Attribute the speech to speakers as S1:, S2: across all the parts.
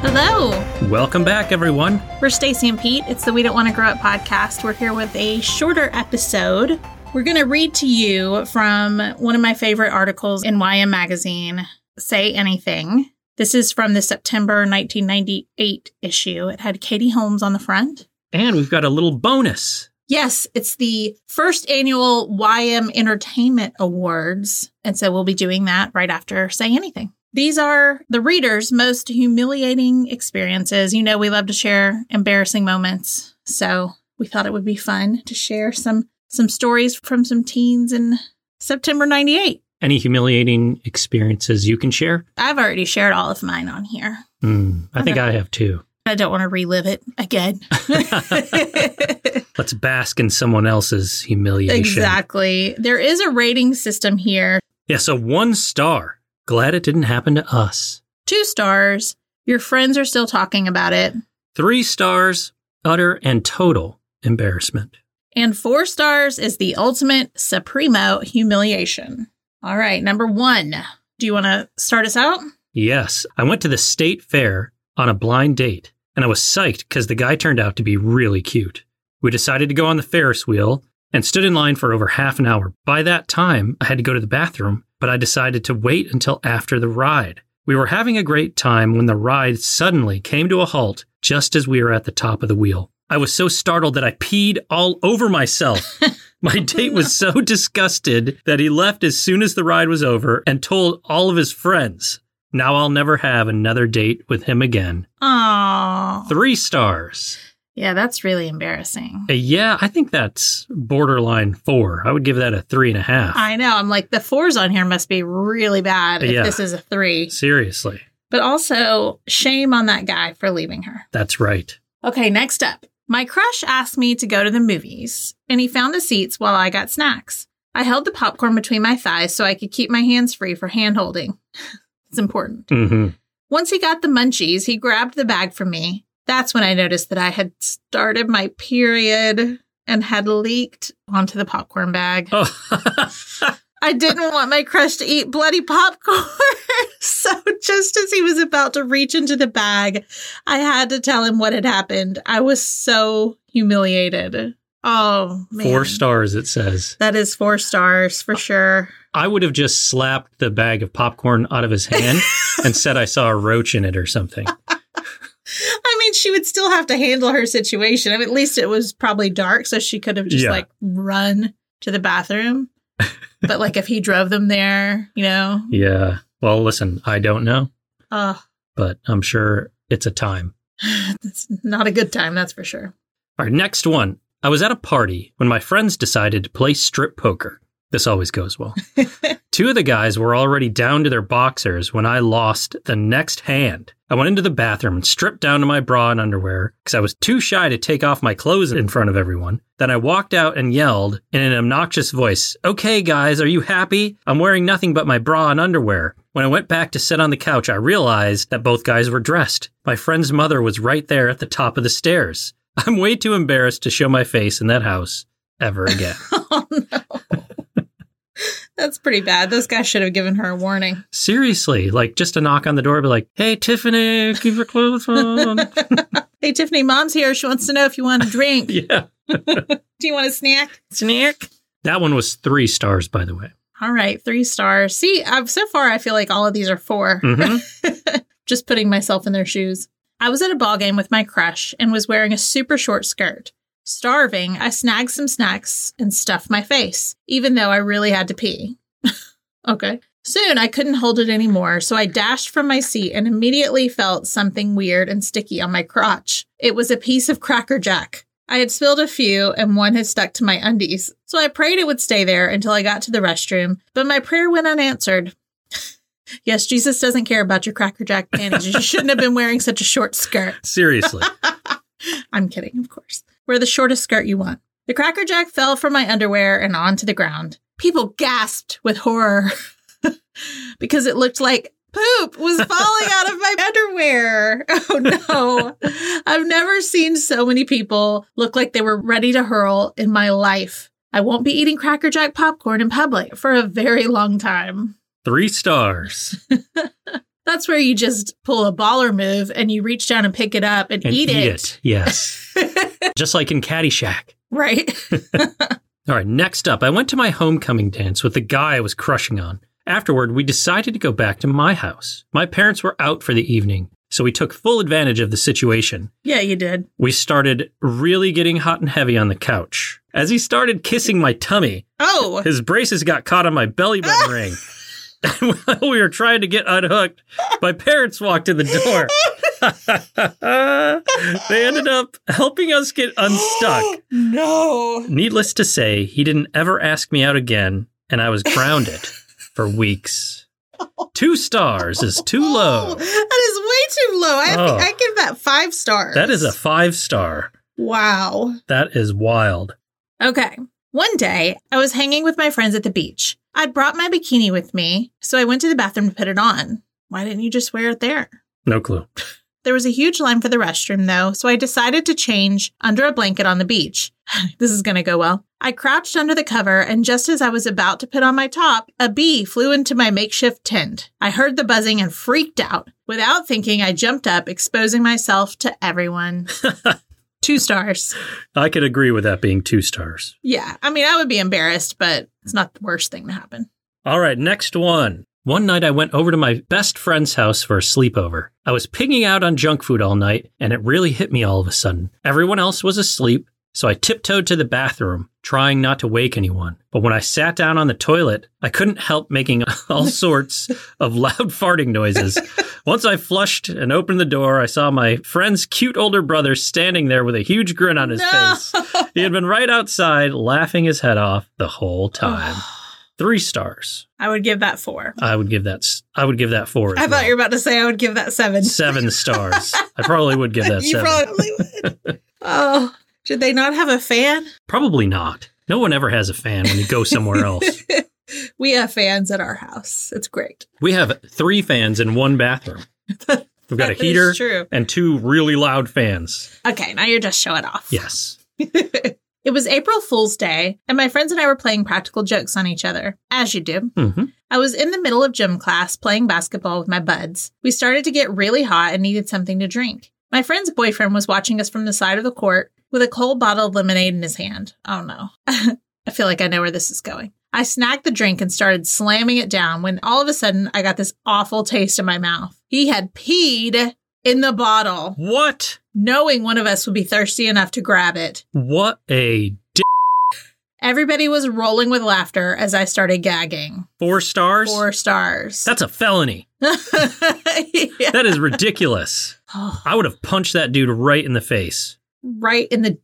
S1: Hello.
S2: Welcome back, everyone.
S1: We're Stacy and Pete. It's the We Don't Want to Grow Up podcast. We're here with a shorter episode. We're going to read to you from one of my favorite articles in YM Magazine, Say Anything. This is from the September 1998 issue. It had Katie Holmes on the front.
S2: And we've got a little bonus.
S1: Yes, it's the first annual YM Entertainment Awards. And so we'll be doing that right after Say Anything. These are the readers' most humiliating experiences. You know, we love to share embarrassing moments. So we thought it would be fun to share some some stories from some teens in September 98.
S2: Any humiliating experiences you can share?
S1: I've already shared all of mine on here.
S2: Mm, I think I have too.
S1: I don't want to relive it again.
S2: Let's bask in someone else's humiliation.
S1: exactly. There is a rating system here.
S2: Yeah, so one star. Glad it didn't happen to us.
S1: Two stars. Your friends are still talking about it.
S2: Three stars, utter and total embarrassment.
S1: And four stars is the ultimate supremo humiliation. All right, number one. Do you want to start us out?
S2: Yes, I went to the state fair on a blind date, and I was psyched because the guy turned out to be really cute. We decided to go on the Ferris wheel and stood in line for over half an hour. By that time, I had to go to the bathroom, but I decided to wait until after the ride. We were having a great time when the ride suddenly came to a halt just as we were at the top of the wheel. I was so startled that I peed all over myself. My date was so disgusted that he left as soon as the ride was over and told all of his friends. Now I'll never have another date with him again.
S1: Oh,
S2: Three stars.
S1: yeah, that's really embarrassing.
S2: Uh, Yeah, I think that's borderline four. I would give that a three and a half.
S1: I know. I'm like, the fours on here must be really bad if
S2: Yeah.
S1: this is a three.
S2: Seriously.
S1: But also, shame on that guy for leaving her.
S2: That's right.
S1: Okay, next up. My crush asked me to go to the movies, and he found the seats while I got snacks. I held the popcorn between my thighs so I could keep my hands free for hand holding. it's important.
S2: hmm
S1: Once he got the munchies, he grabbed the bag from me. That's when I noticed that I had started my period and had leaked onto the popcorn bag.
S2: Oh,
S1: I didn't want my crush to eat bloody popcorn. so just as he was about to reach into the bag, I had to tell him what had happened. I was so humiliated. Oh, man.
S2: four stars, it says.
S1: That is four stars for sure.
S2: I would have just slapped the bag of popcorn out of his hand and said I saw a roach in it or something.
S1: I mean, she would still have to handle her situation. I mean, at least it was probably dark, so she could have just
S2: Yeah.
S1: like run to the bathroom. but like if he drove them there, you know,
S2: Yeah. Well, listen, I don't know,
S1: oh,
S2: but I'm sure it's a time.
S1: it's not a good time, that's for sure.
S2: All right, next one. I was at a party when my friends decided to play strip poker. This always goes well. Two of the guys were already down to their boxers when I lost the next hand. I went into the bathroom and stripped down to my bra and underwear because I was too shy to take off my clothes in front of everyone. Then I walked out and yelled in an obnoxious voice, Okay, guys, are you happy? I'm wearing nothing but my bra and underwear. When I went back to sit on the couch, I realized that both guys were dressed. My friend's mother was right there at the top of the stairs. I'm way too embarrassed to show my face in that house ever again.
S1: Oh no. That's pretty bad. Those guys should have given her a warning.
S2: Seriously, like just a knock on the door, be like, "Hey, Tiffany, keep your clothes on."
S1: Hey, Tiffany, mom's here. She wants to know if you want a drink.
S2: yeah,
S1: Do you want a snack? Snack.
S2: that one was three stars, by the way.
S1: All right, three stars. See, I've, so far I feel like all of these are 4
S2: hmm
S1: Just putting myself in their shoes. I was at a ball game with my crush and was wearing a super short skirt. Starving, I snagged some snacks and stuffed my face, even though I really had to pee. okay. Soon I couldn't hold it anymore, so I dashed from my seat and immediately felt something weird and sticky on my crotch. It was a piece of Cracker Jack. I had spilled a few and one had stuck to my undies, so I prayed it would stay there until I got to the restroom, but my prayer went unanswered. yes, Jesus doesn't care about your Cracker Jack panties. You shouldn't have been wearing such a short skirt.
S2: Seriously,
S1: I'm kidding, of course. Wear the shortest skirt you want. The Cracker Jack fell from my underwear and onto the ground. People gasped with horror because it looked like poop was falling out of my underwear. her. Oh no. I've never seen so many people look like they were ready to hurl in my life. I won't be eating Cracker Jack popcorn in public for a very long time.
S2: Three stars.
S1: That's where you just pull a baller move and you reach down and pick it up and,
S2: And
S1: eat,
S2: it. Yes. Just like in Caddyshack.
S1: Right.
S2: All right, next up, I went to my homecoming dance with the guy I was crushing on. Afterward, we decided to go back to my house. My parents were out for the evening, so we took full advantage of the situation.
S1: Yeah, you did.
S2: We started really getting hot and heavy on the couch. As he started kissing my tummy,
S1: Oh,
S2: his braces got caught on my belly button ring. And while we were trying to get unhooked, my parents walked in the door. they ended up helping us get unstuck.
S1: no.
S2: Needless to say, he didn't ever ask me out again, and I was grounded for weeks. Two stars is too
S1: Oh,
S2: low.
S1: that is way too low. I, have to-
S2: Oh.
S1: I give that five stars.
S2: That is a five star.
S1: wow.
S2: That is wild.
S1: Okay. One day, I was hanging with my friends at the beach. I'd brought my bikini with me, so I went to the bathroom to put it on. Why didn't you just wear it there?
S2: No clue.
S1: There was a huge line for the restroom, though, so I decided to change under a blanket on the beach. this is going to go well. I crouched under the cover, and just as I was about to put on my top, a bee flew into my makeshift tent. I heard the buzzing and freaked out. Without thinking, I jumped up, exposing myself to everyone. Two stars.
S2: I could agree with that being two stars.
S1: Yeah, I mean, I would be embarrassed, but it's not the worst thing to happen.
S2: All right, next one. One night I went over to my best friend's house for a sleepover. I was pigging out on junk food all night, and it really hit me all of a sudden. Everyone else was asleep, so I tiptoed to the bathroom, trying not to wake anyone. But when I sat down on the toilet, I couldn't help making all sorts of loud farting noises. Once I flushed and opened the door, I saw my friend's cute older brother standing there with a huge grin on his face. He had been right outside, laughing his head off the whole time. Three stars.
S1: I would give that four.
S2: I would give that. s- I would give that four. as
S1: I
S2: well.
S1: thought you were about to say I would give that seven.
S2: seven stars. I probably would give that
S1: you
S2: seven.
S1: probably would. oh, should they not have a fan?
S2: probably not. No one ever has a fan when you go somewhere else.
S1: we have fans at our house. It's great.
S2: We have three fans in one bathroom. We've got a
S1: That is
S2: heater
S1: True.
S2: and two really loud fans.
S1: Okay, now you're just showing off.
S2: Yes.
S1: It was April Fool's Day, and my friends and I were playing practical jokes on each other, as you do.
S2: hmm
S1: I was in the middle of gym class playing basketball with my buds. We started to get really hot and needed something to drink. My friend's boyfriend was watching us from the side of the court with a cold bottle of lemonade in his hand. Oh no. I feel like I know where this is going. I snagged the drink and started slamming it down when all of a sudden I got this awful taste in my mouth. He had peed in the bottle,
S2: What?
S1: knowing one of us would be thirsty enough to grab it.
S2: What a d-
S1: Everybody was rolling with laughter as I started gagging.
S2: four stars.
S1: Four stars.
S2: That's a felony.
S1: Yeah.
S2: That is ridiculous.
S1: Oh,
S2: I would have punched that dude right in the face.
S1: right in the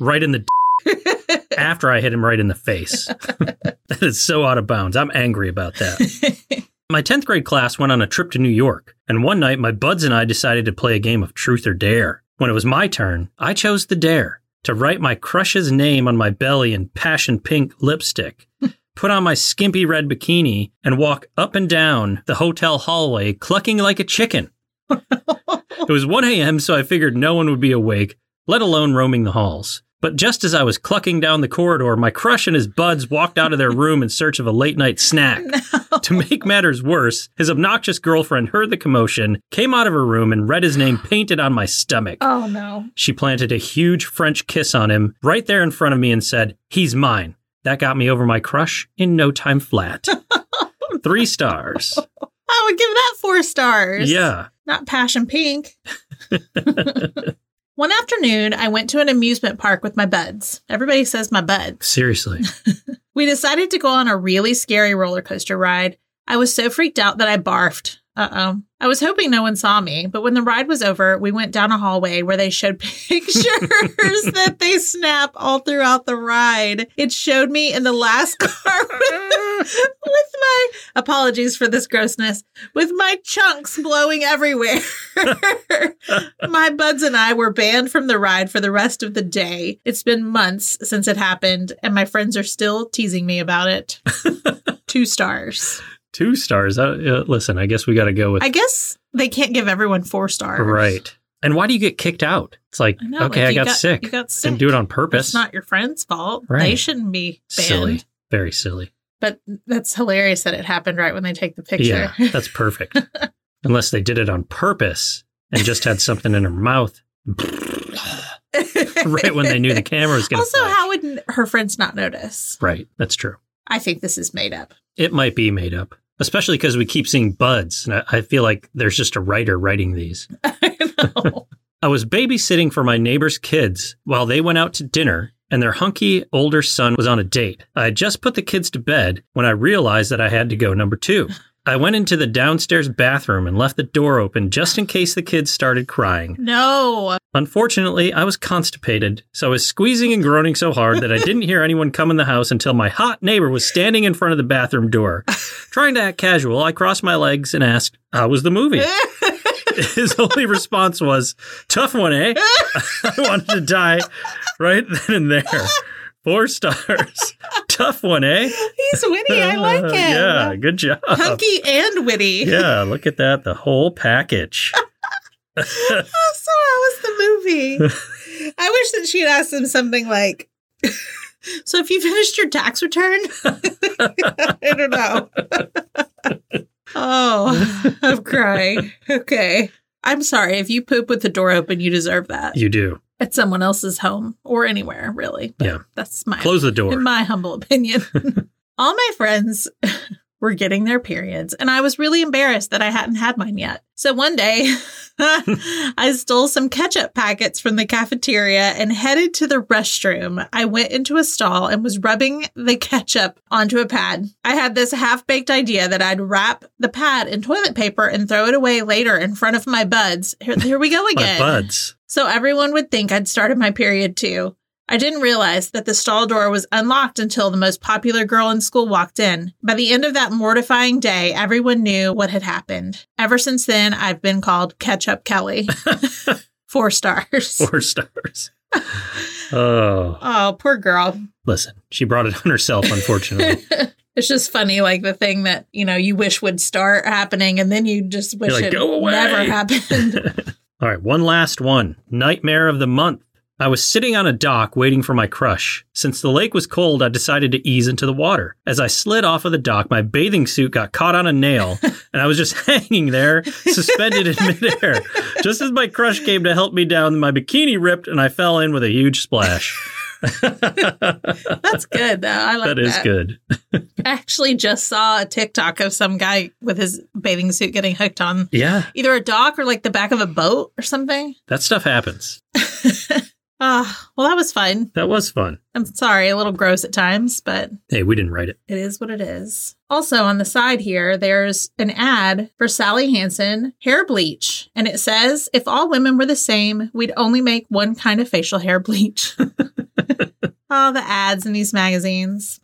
S2: Right in the d- after I hit him right in the face. that is so out of bounds. I'm angry about that.
S1: d-
S2: My 10th grade class went on a trip to New York, and one night my buds and I decided to play a game of truth or dare. When it was my turn, I chose the dare to write my crush's name on my belly in passion pink lipstick, put on my skimpy red bikini, and walk up and down the hotel hallway clucking like a chicken. It was 1 a.m., so I figured no one would be awake, let alone roaming the halls. But just as I was clucking down the corridor, my crush and his buds walked out of their room in search of a late night snack. To make matters worse, his obnoxious girlfriend heard the commotion, came out of her room, and read his name painted on my stomach.
S1: oh no.
S2: She planted a huge French kiss on him right there in front of me and said, He's mine. That got me over my crush in no time flat. Three stars.
S1: I would give that four stars.
S2: Yeah.
S1: Not passion pink. One afternoon, I went to an amusement park with my buds. Everybody says my buds.
S2: Seriously.
S1: We decided to go on a really scary roller coaster ride. I was so freaked out that I barfed. Uh oh. I was hoping no one saw me, but when the ride was over, we went down a hallway where they showed pictures that they snap all throughout the ride. It showed me in the last car with, with my apologies for this grossness, with my chunks blowing everywhere. my buds and I were banned from the ride for the rest of the day. It's been months since it happened, and my friends are still teasing me about it. Two stars.
S2: Two stars. Uh, uh, listen, I guess we got to go with.
S1: I guess they can't give everyone four stars.
S2: Right. And why do you get kicked out? It's like,
S1: I know,
S2: okay,
S1: like,
S2: I
S1: you
S2: got,
S1: got-
S2: sick.
S1: you got sick.
S2: Didn't do it on
S1: It's
S2: purpose.
S1: not your friend's fault. They
S2: Right.
S1: shouldn't be banned.
S2: silly. Very silly.
S1: But that's hilarious that it happened right when they take the picture.
S2: Yeah, that's perfect. Unless they did it on purpose and just had something in her mouth right when they knew the camera was going to
S1: Also, how would n- her friends not notice?
S2: Right. That's true.
S1: I think this is made up.
S2: It might be made up, especially because we keep seeing buds. And I, I feel like there's just a writer writing these.
S1: I know.
S2: I was babysitting for my neighbor's kids while they went out to dinner. And their hunky older son was on a date. I had just put the kids to bed when I realized that I had to go number two. I went into the downstairs bathroom and left the door open just in case the kids started crying.
S1: no.
S2: Unfortunately, I was constipated, so I was squeezing and groaning so hard that I didn't hear anyone come in the house until my hot neighbor was standing in front of the bathroom door. Trying to act casual, I crossed my legs and asked, How was the movie? His only response was, Tough one, eh? I wanted to die right then and there. Four stars. Tough one, eh?
S1: He's witty. I like
S2: Uh,
S1: him.
S2: Yeah, good job.
S1: Hunky and witty.
S2: Yeah, look at that. The whole package.
S1: Oh, so how was the movie? I wish that she'd asked him something like, "So, if you finished your tax return?" I don't know. oh, I'm crying. Okay, I'm sorry. If you poop with the door open, you deserve that
S2: You do.
S1: at someone else's home or anywhere, really. But
S2: Yeah.
S1: that's my
S2: Close the door.
S1: in my humble opinion. All my friends were getting their periods, and I was really embarrassed that I hadn't had mine yet. So one day, I stole some ketchup packets from the cafeteria and headed to the restroom. I went into a stall and was rubbing the ketchup onto a pad. I had this half baked idea that I'd wrap the pad in toilet paper and throw it away later in front of my buds. Here, here we go
S2: My
S1: again.
S2: buds.
S1: So everyone would think I'd started my period too. I didn't realize that the stall door was unlocked until the most popular girl in school walked in. By the end of that mortifying day, everyone knew what had happened. Ever since then, I've been called Ketchup Kelly. Four stars.
S2: four stars. Oh,
S1: Oh, poor girl.
S2: listen, she brought it on herself, unfortunately.
S1: It's just funny, like the thing that, you know, you wish would start happening and then you just wish
S2: like,
S1: it
S2: "Go away."
S1: never happened.
S2: All right, one last one. Nightmare of the month. I was sitting on a dock waiting for my crush. Since the lake was cold, I decided to ease into the water. As I slid off of the dock, my bathing suit got caught on a nail, and I was just hanging there, suspended in midair. Just as my crush came to help me down, my bikini ripped, and I fell in with a huge splash.
S1: That's good, though. I like that.
S2: that is good.
S1: I actually just saw a TikTok of some guy with his bathing suit getting hooked on
S2: Yeah,
S1: either a dock or like the back of a boat or something.
S2: that stuff happens.
S1: Ah, well, that was fun.
S2: That was fun.
S1: I'm sorry, a little gross at times, but
S2: Hey, we didn't write it.
S1: it is what it is. Also, on the side here, there's an ad for Sally Hansen hair bleach, and it says, "If all women were the same, we'd only make one kind of facial hair bleach." All the ads in these magazines.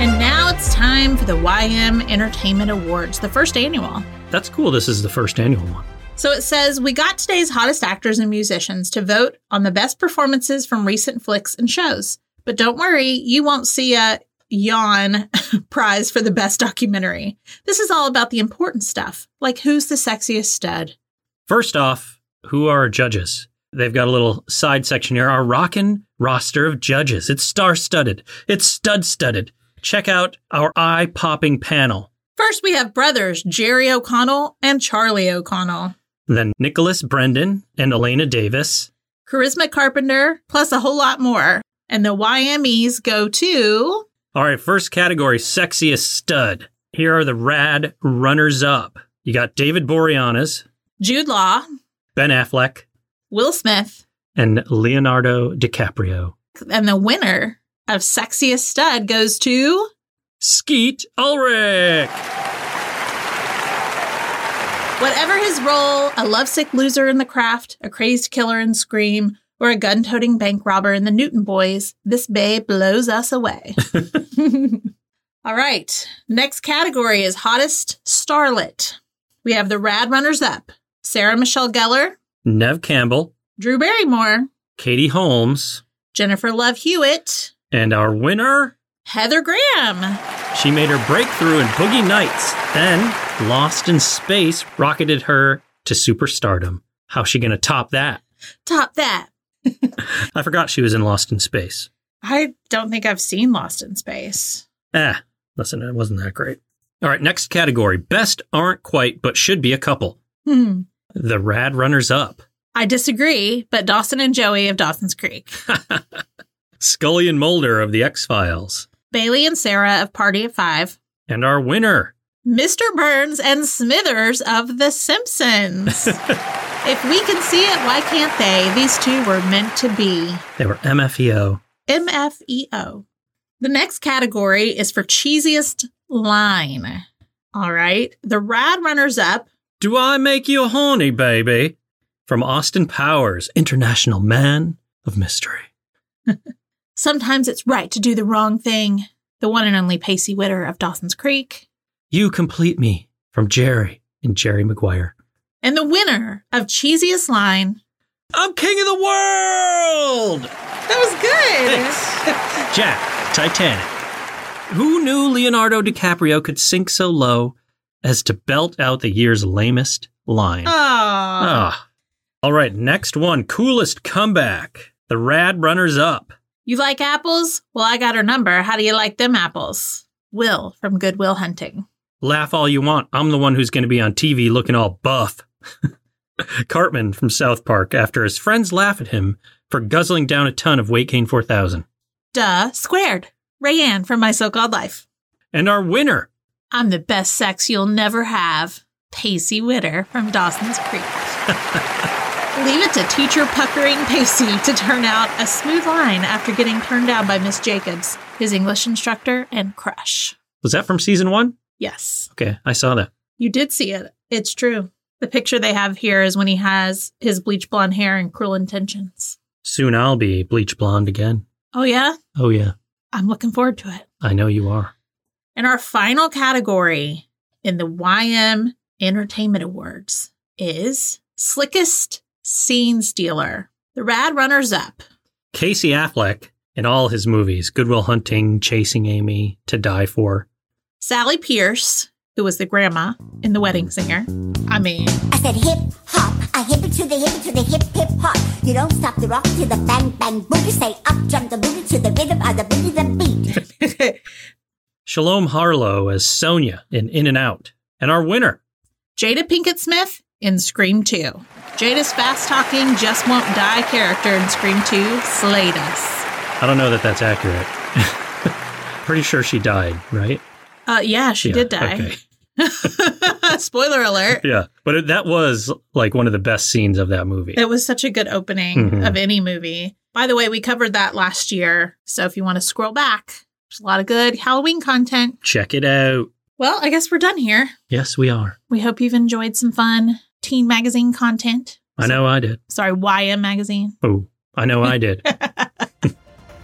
S1: And now it's time for the YM Entertainment Awards, the first annual.
S2: That's cool. This is the first annual one.
S1: So it says, We got today's hottest actors and musicians to vote on the best performances from recent flicks and shows. But don't worry, you won't see a yawn prize for the best documentary. This is all about the important stuff, like who's the sexiest stud.
S2: First off, who are our judges? They've got a little side section here. Our rockin' roster of judges. It's star studded. It's stud studded. Check out our eye popping panel.
S1: First, we have brothers Jerry O'Connell and Charlie O'Connell,
S2: Then Nicholas Brendan and Elena Davis.
S1: Charisma Carpenter, plus a whole lot more. And the YMEs go to
S2: All right, first category sexiest stud. Here are the rad runners up. You got David Boreanaz,
S1: Jude Law,
S2: Ben Affleck,
S1: Will Smith,
S2: and Leonardo DiCaprio.
S1: and the winner of sexiest stud goes to
S2: Skeet Ulrich.
S1: whatever his role a lovesick loser in the craft a crazed killer in scream or a gun-toting bank robber in the newton boys this babe blows us away all right next category is hottest starlet we have the rad runners up sarah michelle gellar
S2: Nev Campbell,
S1: drew barrymore
S2: Katie Holmes,
S1: jennifer love hewitt
S2: and our winner
S1: Heather Graham.
S2: She made her breakthrough in Boogie Nights, then Lost in Space rocketed her to superstardom. How's she going to top that?
S1: Top that.
S2: I forgot she was in Lost in Space.
S1: I don't think I've seen Lost in Space.
S2: Eh, listen, it wasn't that great. All right, next category best aren't quite, but should be a couple.
S1: Hmm.
S2: The Rad Runners Up.
S1: I disagree, but Dawson and Joey of Dawson's Creek,
S2: Scully and Mulder of The X Files.
S1: Bailey and Sarah of Party at Five,
S2: And our winner.
S1: Mr. Burns and Smithers of The Simpsons. if we can see it, why can't they? These two were meant to be.
S2: They were E MFEO.
S1: MFEO. The next category is for cheesiest line. All right. The rad runners up.
S2: Do I make you horny, baby? From Austin Powers, International Man of Mystery.
S1: Sometimes it's right to do the wrong thing. The one and only Pacey Witter of Dawson's Creek.
S2: You Complete Me from Jerry and Jerry Maguire.
S1: And the winner of cheesiest line.
S2: I'm king of the world!
S1: That was good.
S2: Thanks. Jack, Titanic. Who knew Leonardo DiCaprio could sink so low as to belt out the year's lamest line?
S1: Oh.
S2: Ah. All right, next one. Coolest comeback. The Rad Runners Up.
S1: You like apples? Well, I got her number. How do you like them apples? Will from Goodwill Hunting.
S2: Laugh all you want. I'm the one who's going to be on TV looking all buff. Cartman from South Park after his friends laugh at him for guzzling down a ton of Weight Gain 4000.
S1: Duh, squared. Rayanne from My So Called Life.
S2: And our winner.
S1: I'm the best sex you'll never have. Pacey Witter from Dawson's Creek. Leave it to teacher puckering Pacey to turn out a smooth line after getting turned down by Miss Jacobs, his English instructor and crush.
S2: Was that from season one?
S1: Yes,
S2: Okay, I saw that.
S1: you did see it. It's true. The picture they have here is when he has his bleach blonde hair and cruel intentions.
S2: Soon I'll be bleach blonde again.
S1: Oh, yeah?
S2: Oh, yeah.
S1: I'm looking forward to it.
S2: I know you are.
S1: And our final category in the YM Entertainment Awards is Slickest Scene Stealer. The Rad Runners Up.
S2: Casey Affleck in all his movies Goodwill Hunting, Chasing Amy, To Die For.
S1: Sally Pierce, who was the grandma in The Wedding Singer. I mean,
S3: I said hip hop, I hip it to the hip it to the hip hip hop. You don't stop the rock to the bang bang boogie. Say up jump the boogie to the rhythm of the boogie the beat.
S2: Shalom Harlow as Sonia in In and Out. And our winner.
S1: Jada Pinkett Smith in Scream 2. Jada's fast talking, just won't die character in Scream 2 slayed us.
S2: I don't know that that's accurate. Pretty sure she died, right?
S1: Uh, yeah, she
S2: Yeah,
S1: did die.
S2: Okay.
S1: Spoiler alert.
S2: Yeah. But it, that was like one of the best scenes of that movie.
S1: It was such a good opening
S2: Mhm.
S1: of any movie. By the way, we covered that last year. So if you want to scroll back, there's a lot of good Halloween content.
S2: Check it out.
S1: Well, I guess we're done here.
S2: Yes, we are.
S1: We hope you've enjoyed some fun teen magazine content.
S2: I know I did.
S1: Sorry, YM magazine.
S2: Oh, I know I did.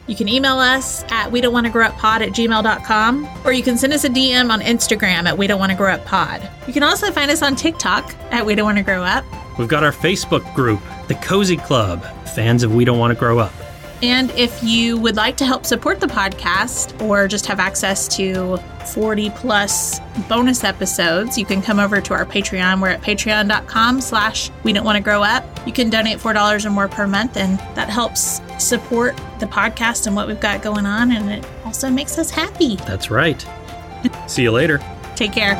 S1: You can email us at we don't want to grow up pod at gmail.com or you can send us a DM on Instagram at we don't want to grow up pod. You can also find us on TikTok at we don't want to grow up.
S2: We've got our Facebook group, The Cozy Club, fans of We Don't Want to Grow Up.
S1: And if you would like to help support the podcast or just have access to 40 plus bonus episodes, you can come over to our Patreon. We're at patreon.com slash we don't want to grow up. You can donate $4 or more per month, and that helps support the podcast and what we've got going on. And it also makes us happy.
S2: That's right. See you later.
S1: Take care.